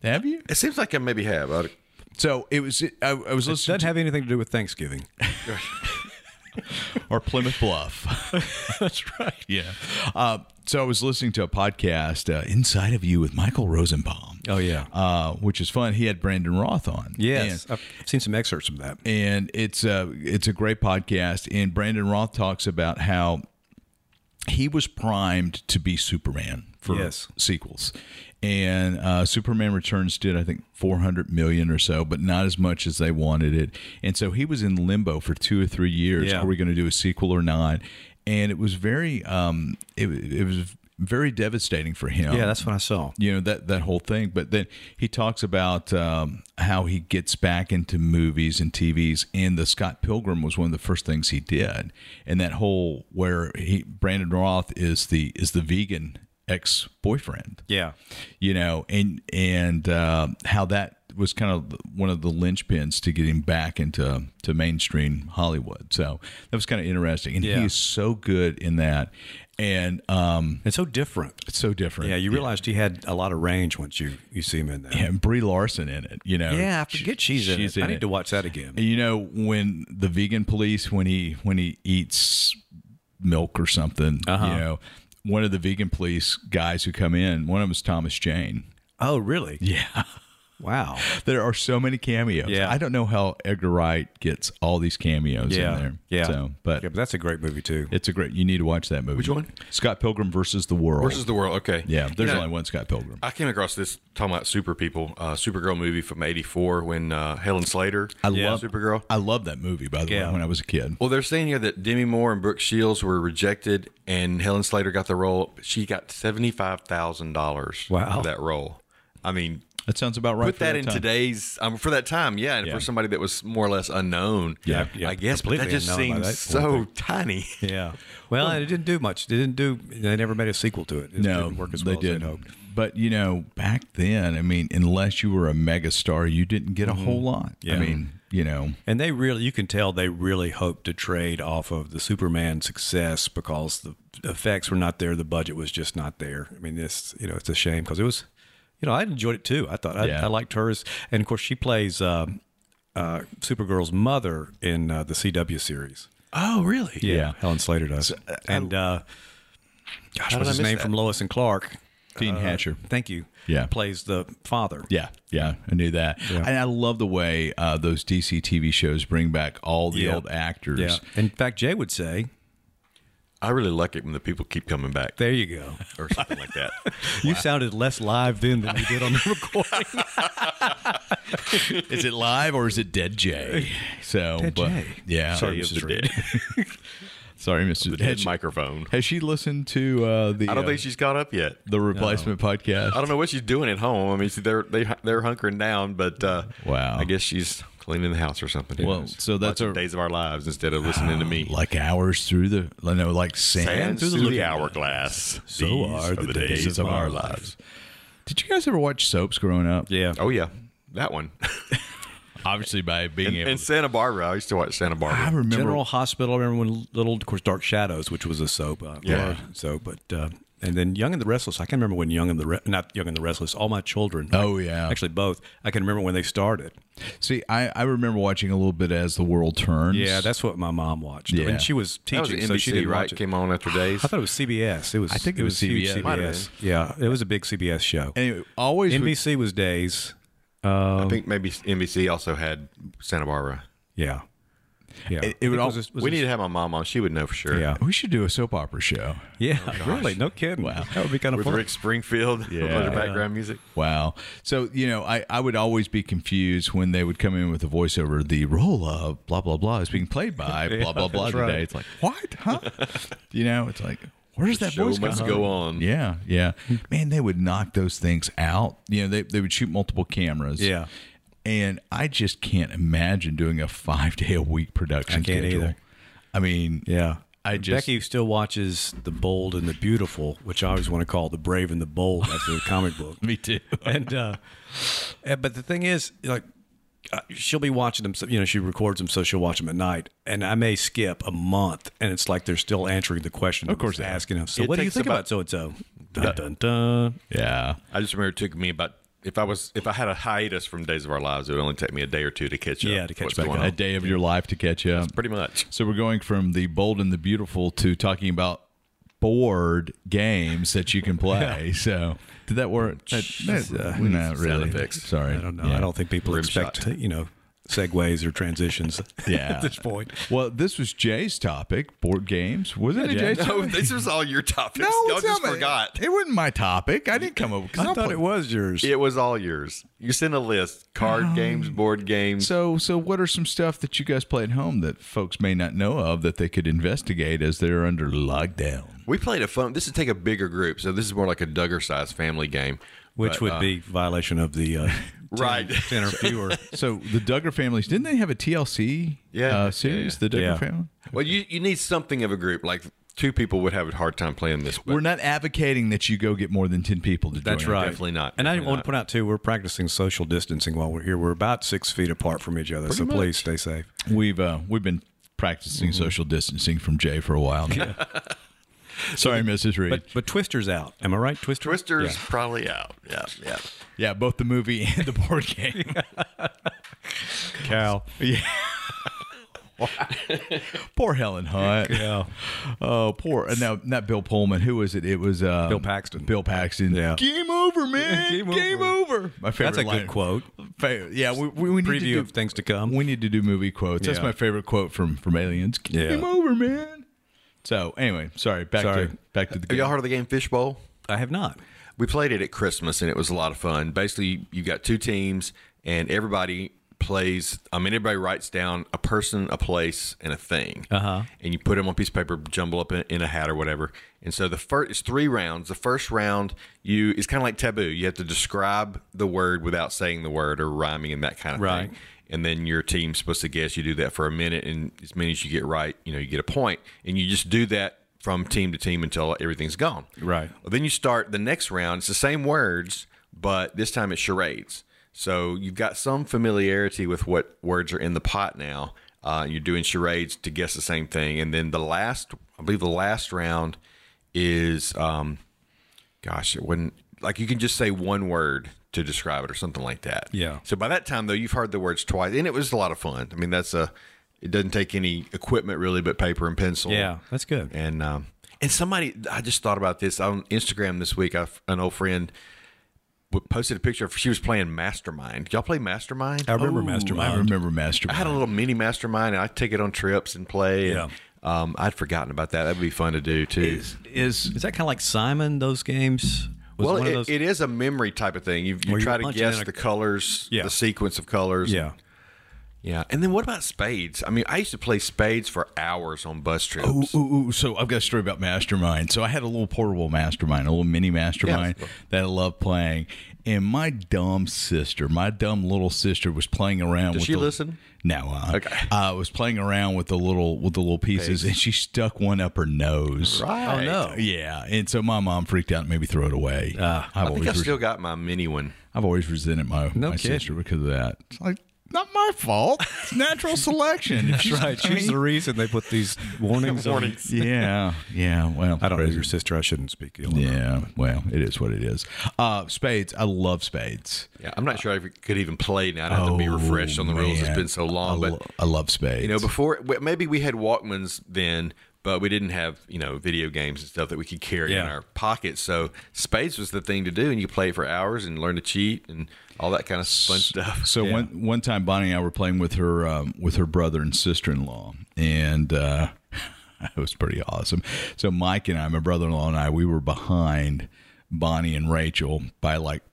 Speaker 2: have you?
Speaker 3: It seems like I maybe have. I,
Speaker 2: So it was. I, I was listening
Speaker 4: Doesn't have anything to do with Thanksgiving.
Speaker 2: to or Plymouth Bluff. That's right. Yeah. Uh, so I was listening to a podcast, uh, Inside of You, with Michael Rosenbaum.
Speaker 4: Oh, yeah.
Speaker 2: uh, which is fun. He had Brandon Roth on.
Speaker 4: Yes,
Speaker 2: And-
Speaker 4: I've seen some excerpts from that.
Speaker 2: and it's a it's a great podcast. And Brandon Roth talks about how he was primed to be Superman for
Speaker 4: Yes.
Speaker 2: sequels, and uh, Superman Returns did I think four hundred million or so, but not as much as they wanted it. And so he was in limbo for two or three years.
Speaker 4: Yeah.
Speaker 2: Are we going to do a sequel or not? And it was very um, it, it was very devastating for him
Speaker 4: Yeah, that's what I saw.
Speaker 2: you know that that whole thing. But then he talks about um, how he gets back into movies and TVs, and the Scott Pilgrim was one of the first things he did, and that whole where he Brandon Roth is the is the vegan ex boyfriend,
Speaker 4: Yeah,
Speaker 2: you know, and and uh, how that was kind of one of the linchpins to getting back into to mainstream Hollywood. So that was kind of interesting, and
Speaker 4: Yeah.
Speaker 2: he is so good in that, and um,
Speaker 4: it's so different.
Speaker 2: it's so different.
Speaker 4: Yeah, you realized he had a lot of range once you you see him in that.
Speaker 2: and Brie Larson in it. You know,
Speaker 4: Yeah, I forget Oh, she's in it. I need to watch that again.
Speaker 2: You know, when the vegan police, when he when he eats milk or something,
Speaker 4: Uh-huh.
Speaker 2: you know, one of the vegan police guys who come in, one of them is Thomas Jane.
Speaker 4: Oh, really?
Speaker 2: Yeah,
Speaker 4: Wow.
Speaker 2: there are so many cameos.
Speaker 4: Yeah.
Speaker 2: I don't know how Edgar Wright gets all these cameos
Speaker 4: Yeah,
Speaker 2: in there.
Speaker 4: yeah.
Speaker 2: so but.
Speaker 4: Yeah, but that's a great movie too.
Speaker 2: It's a great. You need to watch that movie. Which
Speaker 3: one?
Speaker 2: Scott Pilgrim versus the World.
Speaker 3: versus the world. Okay.
Speaker 2: yeah, there's
Speaker 3: You know,
Speaker 2: only one Scott Pilgrim.
Speaker 3: I came across this talking about super people, uh, Supergirl movie from '84 when uh, Helen Slater. I
Speaker 2: love-
Speaker 3: Supergirl.
Speaker 2: I love that movie. By the
Speaker 4: Yeah.
Speaker 2: way, when I was a kid,
Speaker 3: Well, they're saying here that Demi Moore and Brooke Shields were rejected, and Helen Slater got the role. She got seventy five thousand dollars
Speaker 4: Wow.
Speaker 3: for that role. I mean,
Speaker 2: that sounds about right.
Speaker 3: put
Speaker 2: for
Speaker 3: that in
Speaker 2: time.
Speaker 3: today's um, for that time, yeah, and
Speaker 2: Yeah.
Speaker 3: for somebody that was more or less unknown.
Speaker 2: Yeah,
Speaker 4: yeah,
Speaker 3: I guess. But that
Speaker 4: completely
Speaker 3: just
Speaker 4: unknown by
Speaker 3: seems
Speaker 4: that point, I
Speaker 3: so tiny.
Speaker 4: Yeah. Well, it didn't do much. They didn't do. They never made a sequel to it. It
Speaker 2: no,
Speaker 4: didn't work as
Speaker 2: they
Speaker 4: well as
Speaker 2: didn't.
Speaker 4: they hoped.
Speaker 2: But you know, back then, I mean, unless you were a megastar, you didn't get a whole lot. I
Speaker 4: Yeah.
Speaker 2: mean, you know,
Speaker 4: And they really, you can tell they really hoped to trade off of the Superman success because the effects were not there. The budget was just not there. I mean, this, you know, it's a shame because it was, you know, I enjoyed it too. I thought I,
Speaker 2: Yeah.
Speaker 4: I liked hers. And of course, she plays um, uh, Supergirl's mother in uh, the CW series.
Speaker 3: Oh, really?
Speaker 4: Yeah. Helen Slater does. and uh, gosh,
Speaker 3: did
Speaker 4: what's
Speaker 3: I
Speaker 4: his
Speaker 3: miss
Speaker 4: name
Speaker 3: that?
Speaker 4: from Lois and Clark?
Speaker 2: Dean Hatcher.
Speaker 4: Thank you.
Speaker 2: Yeah.
Speaker 4: Plays the father.
Speaker 2: Yeah, yeah, I knew that, and I love the way uh, those DC TV shows bring back all the
Speaker 4: Yeah.
Speaker 2: old actors.
Speaker 4: Yeah. In fact, Jay would say,
Speaker 3: I really like it when the people keep coming back
Speaker 4: there you go.
Speaker 3: or something like that.
Speaker 4: You sounded less live then than you did on the recording.
Speaker 2: Is it live or is it Dead Jay? So,
Speaker 4: Dead
Speaker 2: but,
Speaker 4: Jay.
Speaker 2: yeah,
Speaker 4: Sorry,
Speaker 3: Of
Speaker 4: Mrs.
Speaker 3: the
Speaker 4: Reed.
Speaker 3: dead-
Speaker 2: Sorry, Mr.
Speaker 3: dead
Speaker 2: Has she,
Speaker 3: microphone.
Speaker 2: has she listened to uh, the?
Speaker 3: I don't
Speaker 2: uh,
Speaker 3: think she's caught up yet.
Speaker 2: the replacement podcast.
Speaker 3: I don't know what she's doing at home. I mean, see, they're they, they're hunkering down, but uh,
Speaker 2: Wow.
Speaker 3: I guess she's cleaning the house or something. Who
Speaker 2: Well,
Speaker 3: knows?
Speaker 2: so that's
Speaker 3: Watching
Speaker 2: a-
Speaker 3: days of our lives instead of listening to me.
Speaker 2: Like hours through the, I know, like sand,
Speaker 3: Sands
Speaker 2: through the looking
Speaker 3: hourglass.
Speaker 4: So
Speaker 3: These
Speaker 4: are the days of our lives.
Speaker 2: Did you guys ever watch soaps growing up?
Speaker 4: Yeah.
Speaker 3: Oh yeah, that one.
Speaker 2: Obviously, by being
Speaker 3: In,
Speaker 2: able.
Speaker 3: in
Speaker 2: to-
Speaker 3: Santa Barbara, I used to watch Santa
Speaker 2: I
Speaker 3: Barbara.
Speaker 2: remember.
Speaker 4: General Hospital. I remember when Little, of course, Dark Shadows, which was a soap. Uh,
Speaker 3: Yeah.
Speaker 4: horror Soap, but uh, and then Young and the Restless. I can remember when Young and the Re- not Young and the Restless. All my children.
Speaker 2: oh yeah.
Speaker 4: Actually, both. I can remember when they started.
Speaker 2: See, I, I remember watching a little bit as the world turns.
Speaker 4: Yeah, that's what my mom watched.
Speaker 2: Yeah.
Speaker 4: And she was
Speaker 3: That was
Speaker 4: teaching,
Speaker 3: NBC,
Speaker 4: so she didn't
Speaker 3: right?
Speaker 4: watch it.
Speaker 3: Came on after days.
Speaker 4: I thought it was CBS. It was. I
Speaker 2: think it was
Speaker 4: huge
Speaker 2: CBS.
Speaker 3: Might have
Speaker 4: CBS. Yeah, it was a big CBS show.
Speaker 2: Anyway, always would-
Speaker 4: NBC was days.
Speaker 3: I think maybe NBC also had Santa Barbara.
Speaker 4: Yeah. Yeah.
Speaker 2: It- it would
Speaker 4: I think
Speaker 2: al-
Speaker 4: was a- was
Speaker 3: We
Speaker 4: a-
Speaker 3: need to have my mom on. She would know for sure.
Speaker 4: Yeah.
Speaker 2: we should do a soap opera show.
Speaker 4: Yeah, really, no kidding. Wow, that would be kind of
Speaker 3: With
Speaker 4: fun.
Speaker 3: Rick Springfield,
Speaker 2: Yeah.
Speaker 3: with the background music.
Speaker 2: Wow. So, you know, I, I would always be confused when they would come in with a voiceover, the role of blah, blah, blah is being played by blah, blah, blah
Speaker 4: that's
Speaker 2: today.
Speaker 4: right.
Speaker 2: It's like, what? Huh? you know, it's like, where's that
Speaker 3: show
Speaker 2: voice
Speaker 3: must
Speaker 2: come
Speaker 3: go
Speaker 2: from?
Speaker 3: on.
Speaker 2: Yeah, yeah. Man, they would knock those things out. You know, they, they would shoot multiple cameras.
Speaker 4: Yeah.
Speaker 2: And I just can't imagine doing a five day a week production
Speaker 4: I can't
Speaker 2: schedule.
Speaker 4: either.
Speaker 2: I mean,
Speaker 4: Yeah,
Speaker 2: I just-
Speaker 4: Becky still watches The Bold and the Beautiful, which I always want to call The Brave and the Bold after the comic book.
Speaker 2: me too.
Speaker 4: And uh, and- but the thing is, like, uh, she'll be watching them. so- You know, she records them, so she'll watch them at night. And I may skip a month, and it's like they're still answering the question. Of
Speaker 2: course they are.
Speaker 4: asking them. So,
Speaker 3: It
Speaker 4: what do you
Speaker 3: takes
Speaker 4: think about
Speaker 3: about-
Speaker 4: so and so? Dun dun dun.
Speaker 2: Yeah.
Speaker 3: I just remember it took me about if I was if I had a hiatus from Days of Our Lives, it would only take me a day or two to catch up.
Speaker 4: Yeah, to catch
Speaker 3: what's
Speaker 4: back
Speaker 3: going
Speaker 4: up.
Speaker 2: A
Speaker 3: on.
Speaker 2: day of your life to catch up.
Speaker 3: Pretty much.
Speaker 2: So we're going from the bold and the beautiful to talking about board games that you can play. So did that work? That, that, not really.
Speaker 3: effects.
Speaker 2: Sorry,
Speaker 4: uh, I don't know.
Speaker 2: Yeah.
Speaker 4: I don't think people expect you know segues or transitions.
Speaker 2: Yeah.
Speaker 4: at this point.
Speaker 2: Well, this was Jay's topic, board games. Wasn't it Jay's
Speaker 3: No,
Speaker 2: topic?
Speaker 3: this was all your topics. Y'all
Speaker 2: it's
Speaker 3: just
Speaker 2: not my-
Speaker 3: forgot.
Speaker 2: It wasn't my topic. I didn't come up. 'cause
Speaker 4: I
Speaker 2: I'll
Speaker 4: thought
Speaker 2: play-
Speaker 4: it was yours.
Speaker 3: It was all yours. You sent a list: card games, board games.
Speaker 2: So, so what are some stuff that you guys play at home that folks may not know of that they could investigate as they're under lockdown?
Speaker 3: we played a fun. This would take a bigger group, so this is more like a Duggar-sized family game.
Speaker 4: Which
Speaker 3: But,
Speaker 4: would
Speaker 3: uh,
Speaker 4: be violation of the uh,
Speaker 3: Right.
Speaker 4: ten or fewer.
Speaker 2: So the Duggar families didn't they have a TLC
Speaker 3: Yeah.
Speaker 2: uh, series? The Duggar
Speaker 4: Yeah.
Speaker 2: family.
Speaker 3: Well, you you need something of a group. Like two people would have a hard time playing this. But
Speaker 2: We're not advocating that you go get more than ten people to
Speaker 4: That's
Speaker 2: join.
Speaker 4: right.
Speaker 3: Definitely not.
Speaker 4: And I
Speaker 3: Definitely
Speaker 4: want
Speaker 3: not.
Speaker 4: to point out too, we're practicing social distancing while we're here. We're about six feet apart from each other, so please stay safe.
Speaker 2: We've uh, we've been practicing
Speaker 3: Mm-hmm.
Speaker 2: social distancing from Jay for a while now. Sorry, Mrs. Reed.
Speaker 4: But but Twister's out. Am I right? Twister.
Speaker 3: Twister's probably out. Yeah, yeah.
Speaker 2: yeah, both the movie and the board game.
Speaker 4: Cal.
Speaker 2: poor Helen Hunt.
Speaker 4: Yeah.
Speaker 2: Oh, poor. uh, No, not Bill Pullman. Who was it? It was um,
Speaker 4: Bill Paxton.
Speaker 2: Bill Paxton.
Speaker 4: Yeah.
Speaker 2: Game over, man.
Speaker 4: Game
Speaker 2: Game,
Speaker 4: over.
Speaker 2: over. My favorite.
Speaker 4: That's a good
Speaker 2: line.
Speaker 4: quote.
Speaker 2: Fa- yeah, we, we, we need to
Speaker 4: Preview
Speaker 2: do
Speaker 4: of things to come.
Speaker 2: We need to do movie quotes. That's
Speaker 4: Yeah.
Speaker 2: my favorite quote from from Aliens. Game
Speaker 4: Yeah.
Speaker 2: over, man. So anyway, sorry. Back
Speaker 4: Sorry.
Speaker 2: to back to the
Speaker 3: Have
Speaker 2: game.
Speaker 3: y'all heard of the game Fishbowl?
Speaker 4: I have not.
Speaker 3: We played it at Christmas and it was a lot of fun. Basically, you got two teams and everybody plays. I mean, everybody writes down a person, a place, and a thing, uh-huh. and you put them on a piece of paper, jumble up in, in a hat or whatever. And so the first it's three rounds. The first round, you it's kind of like taboo. You have to describe the word without saying the word or rhyming and that kind of
Speaker 4: Right.
Speaker 3: thing. And then your team's supposed to guess. You do that for a minute, and as many as you get right, you know, you get a point. And you just do that from team to team until everything's gone.
Speaker 4: Right.
Speaker 3: Well, then you start the next round. It's the same words, but this time it's charades. So you've got some familiarity with what words are in the pot now. Uh, you're doing charades to guess the same thing, and then the last, I believe, the last round is, um, gosh, it wouldn't like you can just say one word to describe it or something like that.
Speaker 4: Yeah.
Speaker 3: So by that time though, you've heard the words twice, and it was a lot of fun. I mean, that's a, it doesn't take any equipment really, but paper and
Speaker 2: Oh.
Speaker 3: pencil.
Speaker 4: Yeah, that's good.
Speaker 3: And um, and somebody, I just thought about this on Instagram this week. I, an old friend w- posted a picture of she was playing Mastermind. Y'all play Mastermind?
Speaker 4: I remember
Speaker 2: Ooh,
Speaker 4: Mastermind.
Speaker 2: I remember
Speaker 3: I
Speaker 2: Mastermind.
Speaker 3: had a little mini Mastermind, and I take it on trips and play. and, um, I'd forgotten about that. That'd be fun to do too.
Speaker 2: is
Speaker 4: Is that kind of like Simon? Those games. Was
Speaker 3: well,
Speaker 4: one
Speaker 3: it,
Speaker 4: of those-
Speaker 3: it is a memory type of thing. You, you
Speaker 4: Where you're
Speaker 3: try to
Speaker 4: punching in
Speaker 3: guess
Speaker 4: a-
Speaker 3: the colors,
Speaker 4: Yeah.
Speaker 3: the sequence of colors.
Speaker 4: yeah.
Speaker 3: yeah. And then what about spades? I mean, I used to play spades for hours on bus trips.
Speaker 2: Ooh, ooh, ooh. So I've got a story about Mastermind. So I had a little portable Mastermind, a little mini Mastermind that I loved playing. And my dumb sister, my dumb little sister, was playing around. with
Speaker 3: she
Speaker 2: the-
Speaker 3: listen?
Speaker 2: No. Uh,
Speaker 3: Okay.
Speaker 2: I was playing around with the little with the little pieces, and she stuck one up her nose. Uh,
Speaker 3: Right.
Speaker 4: Oh no.
Speaker 2: Yeah, and so my mom freaked out and made me throw it away. I've
Speaker 3: I think
Speaker 2: always,
Speaker 3: I
Speaker 2: res-
Speaker 3: still got my mini one.
Speaker 2: I've always resented my, my
Speaker 4: kidding.
Speaker 2: sister because of that. It's like not my fault. It's natural selection. That's
Speaker 4: Right. She's the reason they put these warnings. warnings.
Speaker 2: Yeah, yeah. Well,
Speaker 4: I don't know
Speaker 2: crazy.
Speaker 4: your sister. I shouldn't speak ill. of her.
Speaker 2: Yeah, well, it is what it is. Uh, spades, I love spades. Oh,
Speaker 3: Yeah, I'm not sure I could even play now. I'd have to be refreshed on the rules. It's
Speaker 2: man.
Speaker 3: been so long,
Speaker 2: I,
Speaker 3: but
Speaker 2: lo- I love spades.
Speaker 3: you know, before w- maybe we had Walkmans then, but we didn't have you know video games and stuff that we could carry in
Speaker 4: Yeah.
Speaker 3: our pockets. So spades was the thing to do, and you play for hours and learn to cheat and all that kind of fun stuff.
Speaker 2: So one one time, Bonnie and I were playing with her um, with her brother and sister in law, and uh, it was pretty awesome. So Mike and I, my brother in law and I, we were behind Bonnie and Rachel by like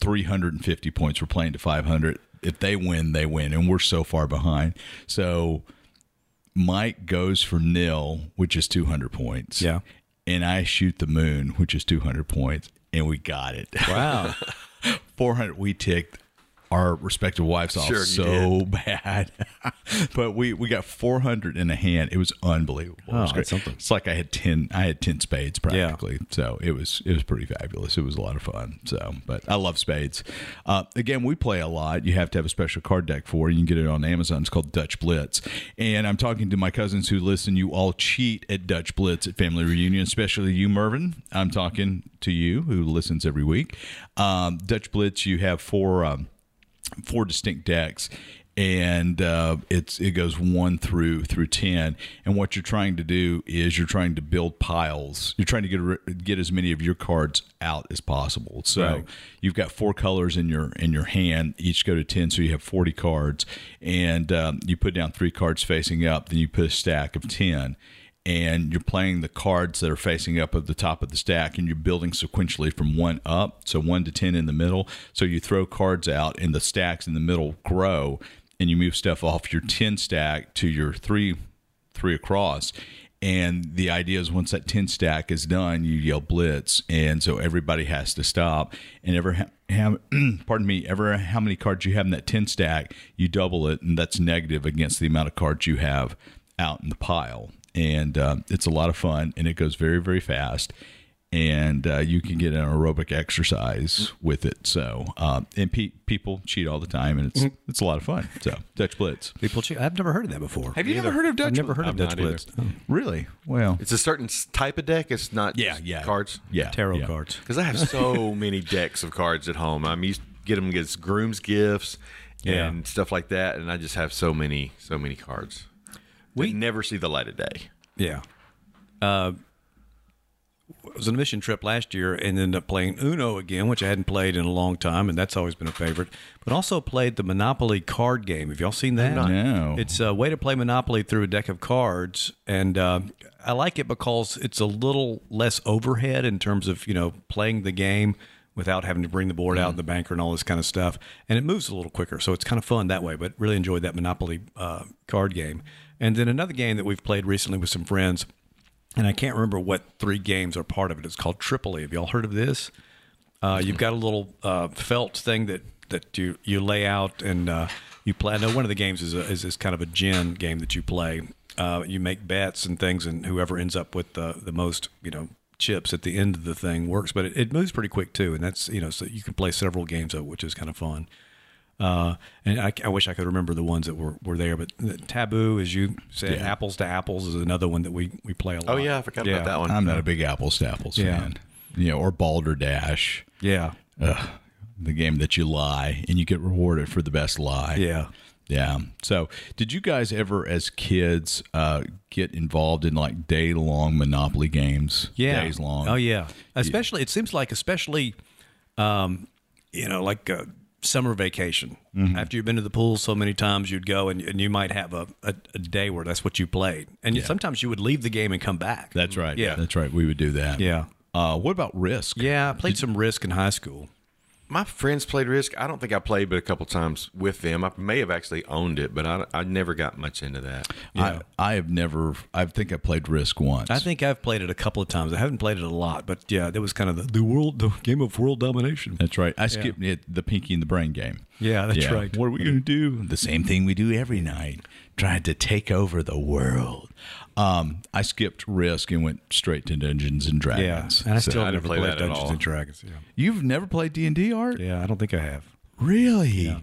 Speaker 2: three hundred and fifty points. We're playing to five hundred. If they win, they win, and we're so far behind. So Mike goes for nil, which is two hundred points.
Speaker 4: Yeah.
Speaker 2: and I shoot the moon, which is two hundred points, and we got it.
Speaker 4: Wow.
Speaker 2: 400 we ticked our respective wives off
Speaker 3: Sure you
Speaker 2: so bad. but we we got 400 in a hand. It was unbelievable. it was
Speaker 4: that's
Speaker 2: great.
Speaker 4: something.
Speaker 2: It's like I had 10 I had 10 spades practically. So it was it was pretty fabulous. It was a lot of fun. So, but I love spades. Uh, again, we play a lot. You have to have a special card deck for. it. You can get it on Amazon. It's called Dutch Blitz. And I'm talking to my cousins who listen. You all cheat at Dutch Blitz at family reunion, especially you, Mervin. I'm talking to you who listens every week. Um, Dutch Blitz, you have four um, four distinct decks and uh, it's it goes one through through ten and what you're trying to do is you're trying to build piles you're trying to get ri- get as many of your cards out as possible so you've got four colors in your in your hand each go to 10 so you have 40 cards and um, you put down three cards facing up then you put a stack of 10 and you're playing the cards that are facing up at the top of the stack and you're building sequentially from one up so one to ten in the middle so you throw cards out and the stacks in the middle grow and you move stuff off your 10 stack to your three three across and the idea is once that 10 stack is done you yell blitz and so everybody has to stop and ever ha- how, pardon me ever how many cards you have in that 10 stack you double it and that's negative against the amount of cards you have out in the pile. And uh, it's a lot of fun and it goes very, very fast. And uh, you can get an aerobic exercise with it. So, um, and pe- people cheat all the time and
Speaker 4: Mm-hmm.
Speaker 2: it's it's a lot of fun. So, Dutch Blitz.
Speaker 4: People, che- I've never heard of that before.
Speaker 2: Have you never heard of Dutch
Speaker 4: I've never heard
Speaker 3: I've
Speaker 4: of Dutch
Speaker 3: not either.
Speaker 4: Blitz.
Speaker 2: Really? Well,
Speaker 3: It's a certain s- type of deck. It's not
Speaker 2: yeah,
Speaker 3: just
Speaker 2: yeah.
Speaker 3: cards.
Speaker 2: Yeah.
Speaker 4: Tarot
Speaker 2: yeah.
Speaker 4: cards.
Speaker 3: Because I have so many decks of cards at home. I'm used to get them as groom's gifts
Speaker 4: Yeah.
Speaker 3: and stuff like that, and I just have so many, so many cards. We never see the light of day.
Speaker 4: Yeah. Uh, it was on a mission trip last year and ended up playing Uno again, which I hadn't played in a long time, and that's always been a favorite. But also played the Monopoly card game. Have y'all seen that?
Speaker 2: No.
Speaker 4: It's a way to play Monopoly through a deck of cards, and uh, I like it because it's a little less overhead in terms of you know playing the game without having to bring the board out and the banker and all this kind of stuff, and it moves a little quicker, so it's kind of fun that way. But really enjoyed that Monopoly uh, card game, and then another game that we've played recently with some friends, and I can't remember what three games are part of it. It's called Tripoli. Have y'all heard of this? Uh, you've got a little uh, felt thing that, that you, you lay out and uh, you play. I know one of the games is, a, is this kind of a gin game that you play. Uh, you make bets and things, and whoever ends up with the, the most, you know, chips at the end of the thing works. But it, it moves pretty quick too, and that's you know, so you can play several games of, it, which is kind of fun. Uh, and I, I wish I could remember the ones that were, were there, but the Taboo, as you said, Apples to Apples is another one that we, we play a lot.
Speaker 3: Oh yeah, I forgot about that one.
Speaker 2: I'm not a big apples to apples
Speaker 4: Yeah.
Speaker 2: fan. You know, or Balderdash,
Speaker 4: Yeah,
Speaker 2: the game that you lie and you get rewarded for the best lie.
Speaker 4: yeah.
Speaker 2: Yeah. So, did you guys ever, as kids, uh, get involved in like day long Monopoly games?
Speaker 4: yeah.
Speaker 2: Days long.
Speaker 4: Oh yeah, especially it seems like especially, um, you know, like uh summer vacation. After you've been to the pool so many times, you'd go and, and you might have a, a, a day where that's what you played, and you sometimes you would leave the game and come back.
Speaker 2: That's right.
Speaker 4: Yeah.
Speaker 2: That's right. We would do that.
Speaker 4: yeah,
Speaker 2: Uh, what about Risk?
Speaker 4: yeah. I played some Risk in high school.
Speaker 3: My friends played Risk. I don't think I played, but a couple times with them. I may have actually owned it, but I, I never got much into that.
Speaker 2: I, I have never. I think I played Risk once.
Speaker 4: I think I've played it a couple of times. I haven't played it a lot, but yeah, that was kind of the, the world, the game of world domination.
Speaker 2: that's right. I skipped it, the Pinky and the Brain game.
Speaker 4: Yeah, that's
Speaker 2: Yeah.
Speaker 4: right.
Speaker 2: What are we going to do? The same thing we do every night, trying to take over the world. Um, I skipped Risk and went straight to Dungeons and
Speaker 4: Yeah,
Speaker 2: Dragons.
Speaker 4: and I
Speaker 2: So-
Speaker 4: still
Speaker 3: I
Speaker 4: never
Speaker 3: didn't play
Speaker 4: played
Speaker 3: that at
Speaker 4: Dungeons
Speaker 3: all.
Speaker 4: and Dragons. Yeah,
Speaker 2: You've never played D and D art?
Speaker 4: yeah. I don't think I have.
Speaker 2: Really?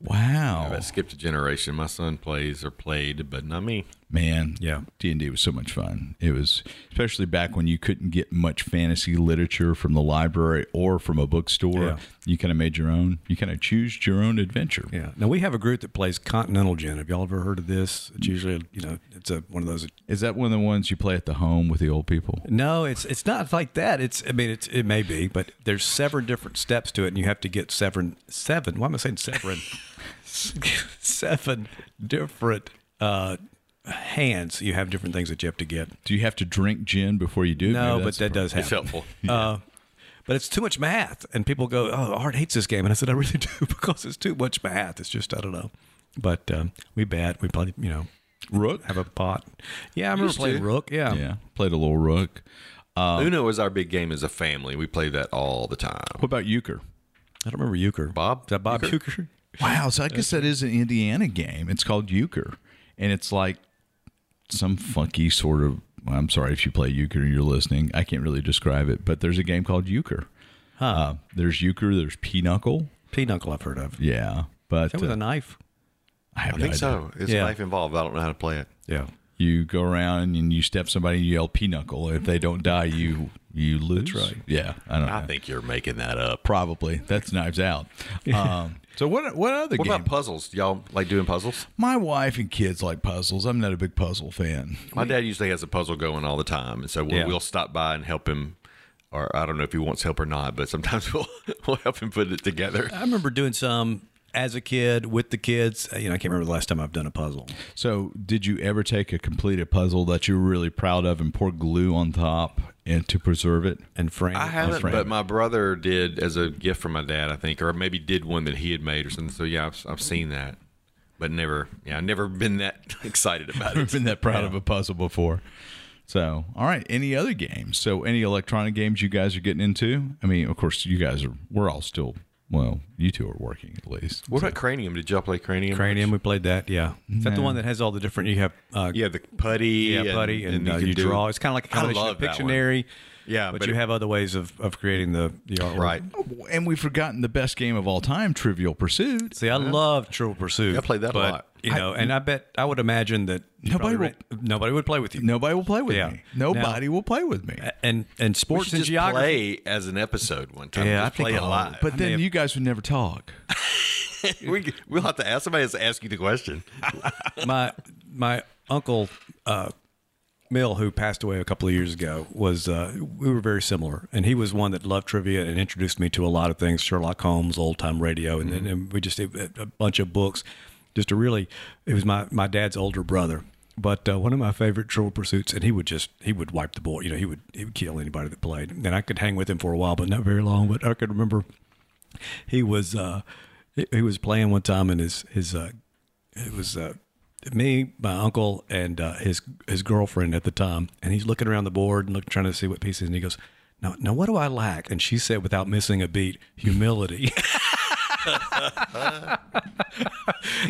Speaker 2: Wow.
Speaker 3: I skipped a generation. My son plays or played, but not me.
Speaker 2: Man,
Speaker 4: Yeah.
Speaker 2: D and D was so much fun. It was especially back when you couldn't get much fantasy literature from the library or from a bookstore.
Speaker 4: Yeah.
Speaker 2: You kind of made your own. You kind of choose your own adventure.
Speaker 4: Yeah. Now we have a group that plays Continental Gin. Have y'all ever heard of this? It's usually, you know, it's a one of those.
Speaker 2: Is that one of the ones you play at the home with the old people?
Speaker 4: No, it's it's not like that. It's I mean, it's it may be, but there's seven different steps to it, and you have to get seven seven. Why am I saying seven? seven different uh, hands. You have different things that you have to get.
Speaker 2: Do you have to drink gin before you do?
Speaker 4: No,
Speaker 2: Maybe
Speaker 4: but
Speaker 2: that's
Speaker 4: that
Speaker 2: the
Speaker 4: does
Speaker 3: It's
Speaker 4: happen.
Speaker 3: helpful.
Speaker 4: Uh, but it's too much math, and people go, "Oh, Art hates this game," and I said, "I really do because it's too much math. It's just I don't know." But um, we bet, we play, you know,
Speaker 2: problem. rook.
Speaker 4: have a pot. Yeah, I remember
Speaker 3: Used
Speaker 4: playing
Speaker 3: to.
Speaker 4: Rook. Yeah.
Speaker 2: Yeah, played a little rook.
Speaker 3: Uno is our big game as a family. We play that all the time.
Speaker 2: What about euchre?
Speaker 4: I don't remember Euchre.
Speaker 3: Bob
Speaker 4: Is that Bob Euchre?
Speaker 2: Wow. So I guess that is an Indiana game. It's called Euchre. And it's like some funky sort of. I'm sorry if you play Euchre and you're listening. I can't really describe it, but there's a game called Euchre. Uh, there's Euchre, there's Pinochle.
Speaker 4: Pinochle I've heard of.
Speaker 2: Yeah. But
Speaker 4: That was
Speaker 2: uh,
Speaker 4: a knife.
Speaker 2: I have
Speaker 3: I
Speaker 2: no
Speaker 3: think
Speaker 2: idea.
Speaker 3: so. It's
Speaker 4: Yeah.
Speaker 3: life involved. I don't know how to play it.
Speaker 4: Yeah.
Speaker 2: You go around and you step somebody and you yell Pinochle. If they don't die, you you lose. That's right. Yeah. I don't know.
Speaker 3: I think you're making that up.
Speaker 2: Probably. That's knives out. Um, so what what other
Speaker 3: What
Speaker 2: game?
Speaker 3: about puzzles? Do y'all like doing puzzles?
Speaker 2: My wife and kids like puzzles. I'm not a big puzzle fan.
Speaker 3: My dad usually has a puzzle going all the time, and so we'll,
Speaker 4: Yeah.
Speaker 3: we'll stop by and help him. Or I don't know if he wants help or not, but sometimes we'll we'll help him put it together.
Speaker 4: I remember doing some as a kid with the kids. Uh, You know, I can't remember the last time I've done a puzzle.
Speaker 2: So, did you ever take a completed puzzle that you were really proud of and pour glue on top and to preserve it?
Speaker 4: And Frank,
Speaker 3: I haven't, but my brother did as a gift from my dad, I think, or maybe did one that he had made or something. So yeah, I've, I've seen that, but never, yeah, I've never been that excited about
Speaker 2: I've
Speaker 3: it.
Speaker 2: been that proud of a puzzle before. So, all right, any other games? So, any electronic games you guys are getting into? I mean, of course, you guys are. We're all still. Well, you two are working at least.
Speaker 3: What about Cranium? Did y'all play Cranium?
Speaker 4: Cranium, we played that. Yeah. Is that the one that has all the different, you have, uh,
Speaker 3: Yeah, the putty.
Speaker 4: yeah, buddy, and, uh,
Speaker 3: can
Speaker 4: you,
Speaker 3: do-
Speaker 4: draw. It's kind of like a
Speaker 3: I
Speaker 4: combination of
Speaker 3: love that one.
Speaker 4: Pictionary.
Speaker 3: Yeah,
Speaker 4: but,
Speaker 3: but
Speaker 4: you
Speaker 3: it-
Speaker 4: have other ways of, of creating the, the artwork.
Speaker 3: Right.
Speaker 2: And we've forgotten the best game of all time, Trivial Pursuit.
Speaker 4: See, I love Trivial Pursuit.
Speaker 3: I played that a
Speaker 4: but,
Speaker 3: lot.
Speaker 4: You know, and I bet I would imagine that you
Speaker 2: Nobody
Speaker 4: probably ran- nobody would play with you.
Speaker 2: Nobody will play with
Speaker 4: Yeah.
Speaker 2: me. Nobody will play with me.
Speaker 4: and and
Speaker 3: We
Speaker 4: sports
Speaker 3: should
Speaker 4: and
Speaker 3: just
Speaker 4: geography.
Speaker 3: play as an episode one time.
Speaker 4: Yeah,
Speaker 3: Yeah,
Speaker 4: I
Speaker 3: just play
Speaker 4: think
Speaker 3: it
Speaker 4: I'll-
Speaker 3: live.
Speaker 2: But then
Speaker 4: have-
Speaker 2: you guys would never talk.
Speaker 3: we, we'll have to ask somebody has to ask you the question.
Speaker 4: my my uncle uh, Mill, who passed away a couple of years ago, was uh, we were very similar, and he was one that loved trivia and introduced me to a lot of things: Sherlock Holmes, old time radio, and, then and we just did a a bunch of books. Just a really, it was my my dad's older brother. But uh, one of my favorite Trivial Pursuits, and he would just he would wipe the board. You know, he would he would kill anybody that played, and I could hang with him for a while, but not very long. But I could remember he was uh he, he was playing one time and his his uh it was uh me, my uncle, and uh, his his girlfriend at the time, and he's looking around the board and look, trying to see what pieces. And he goes, "Now, now, what do I lack?" And she said, without missing a beat, "Humility."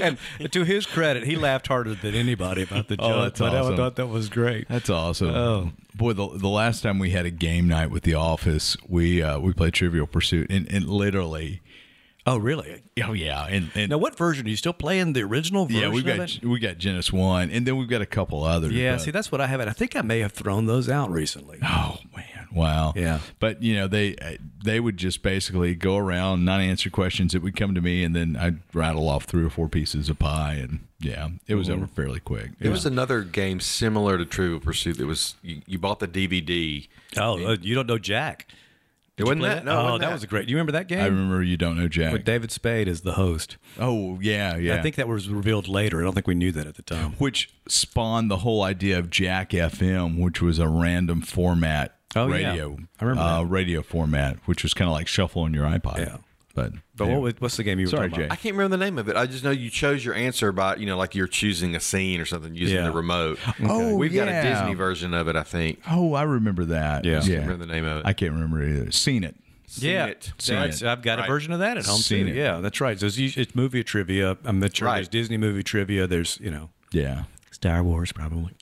Speaker 4: and to his credit, he laughed harder than anybody about the joke.
Speaker 2: Oh, that's
Speaker 4: but I
Speaker 2: awesome.
Speaker 4: thought that was great.
Speaker 2: That's awesome.
Speaker 4: Oh.
Speaker 2: boy, the, the last time we had a game night with the office, we uh, we played Trivial Pursuit, and, and literally,
Speaker 4: Oh, really?
Speaker 2: oh yeah, and, and
Speaker 4: Now, what version are you still playing? The original version?
Speaker 2: yeah, we've
Speaker 4: of
Speaker 2: got
Speaker 4: it?
Speaker 2: we got Genesis one, and then we've got a couple others.
Speaker 4: Yeah,
Speaker 2: but-
Speaker 4: see, that's what I haven't. I think I may have thrown those out recently.
Speaker 2: Oh man, wow.
Speaker 4: Yeah.
Speaker 2: But you know they uh, they would just basically go around, not answer questions. It would come to me, and then I'd rattle off three or four pieces of pie, and yeah, it was over fairly quick.
Speaker 3: There was another game similar to Trivial Pursuit that was you, you bought the DVD.
Speaker 4: Oh, uh, you don't know Jack?
Speaker 3: It wasn't
Speaker 4: Play
Speaker 3: that? No, it
Speaker 4: oh,
Speaker 3: wasn't
Speaker 4: that was a great. You remember that game?
Speaker 2: I remember you don't know Jack.
Speaker 4: With David Spade as the host.
Speaker 2: oh yeah, yeah.
Speaker 4: I think that was revealed later. I don't think we knew that at the time.
Speaker 2: which spawned the whole idea of Jack FM, which was a random format
Speaker 4: Oh, yeah.
Speaker 2: radio.
Speaker 4: I remember
Speaker 2: uh, radio format, which was kind of like shuffle on your iPod.
Speaker 4: Yeah.
Speaker 2: but
Speaker 4: But what was, what's the game you were
Speaker 2: Sorry,
Speaker 4: talking
Speaker 2: Jay.
Speaker 4: about?
Speaker 3: I can't remember the name of it. I just know you chose your answer by, you know, like you're choosing a scene or something using
Speaker 4: Yeah.
Speaker 3: the remote.
Speaker 2: Oh,
Speaker 3: We've got a
Speaker 2: yeah.
Speaker 3: Disney version of it, I think.
Speaker 2: oh, I remember that.
Speaker 4: Yeah.
Speaker 2: yeah.
Speaker 3: Remember the name of it.
Speaker 2: I can't remember either. Seen it.
Speaker 3: Seen
Speaker 4: yeah,
Speaker 3: it.
Speaker 2: Seen
Speaker 4: that's-
Speaker 2: it.
Speaker 4: I've got
Speaker 3: Right.
Speaker 4: a version of that at home
Speaker 2: Seen
Speaker 4: too.
Speaker 2: it.
Speaker 4: Yeah, that's right. So it's, us- it's movie trivia. I'm not sure
Speaker 3: Right.
Speaker 4: there's Disney movie trivia. There's you know
Speaker 2: Yeah,
Speaker 4: Star Wars probably.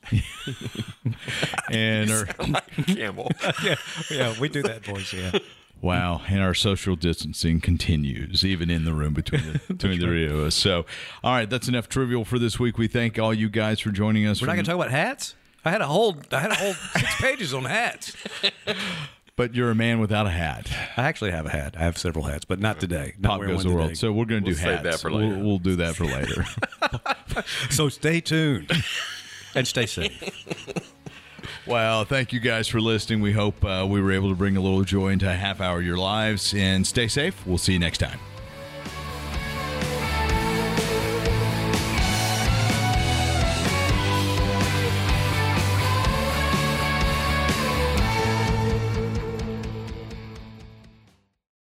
Speaker 2: and our,
Speaker 3: Campbell.
Speaker 4: yeah, yeah, we do that voice. Yeah,
Speaker 2: wow, and our social distancing continues even in the room between the, between the three of us. So, all right, that's enough trivial for this week. We thank all you guys for joining us.
Speaker 4: we're not going to talk about hats. I had a whole I had a whole six pages on hats.
Speaker 2: but you're a man without a hat.
Speaker 4: I actually have a hat. I have several hats, but not today. Not
Speaker 2: Pop
Speaker 4: wearing
Speaker 2: goes
Speaker 4: one
Speaker 2: the world.
Speaker 4: today.
Speaker 2: So we're going to
Speaker 3: We'll
Speaker 2: do
Speaker 3: save
Speaker 2: hats.
Speaker 3: that for
Speaker 2: We'll-
Speaker 3: later.
Speaker 2: we'll do that for later.
Speaker 4: So stay tuned and stay safe.
Speaker 2: Well, thank you guys for listening. We hope uh, we were able to bring a little joy into a half hour of your lives. And stay safe. We'll see you next time.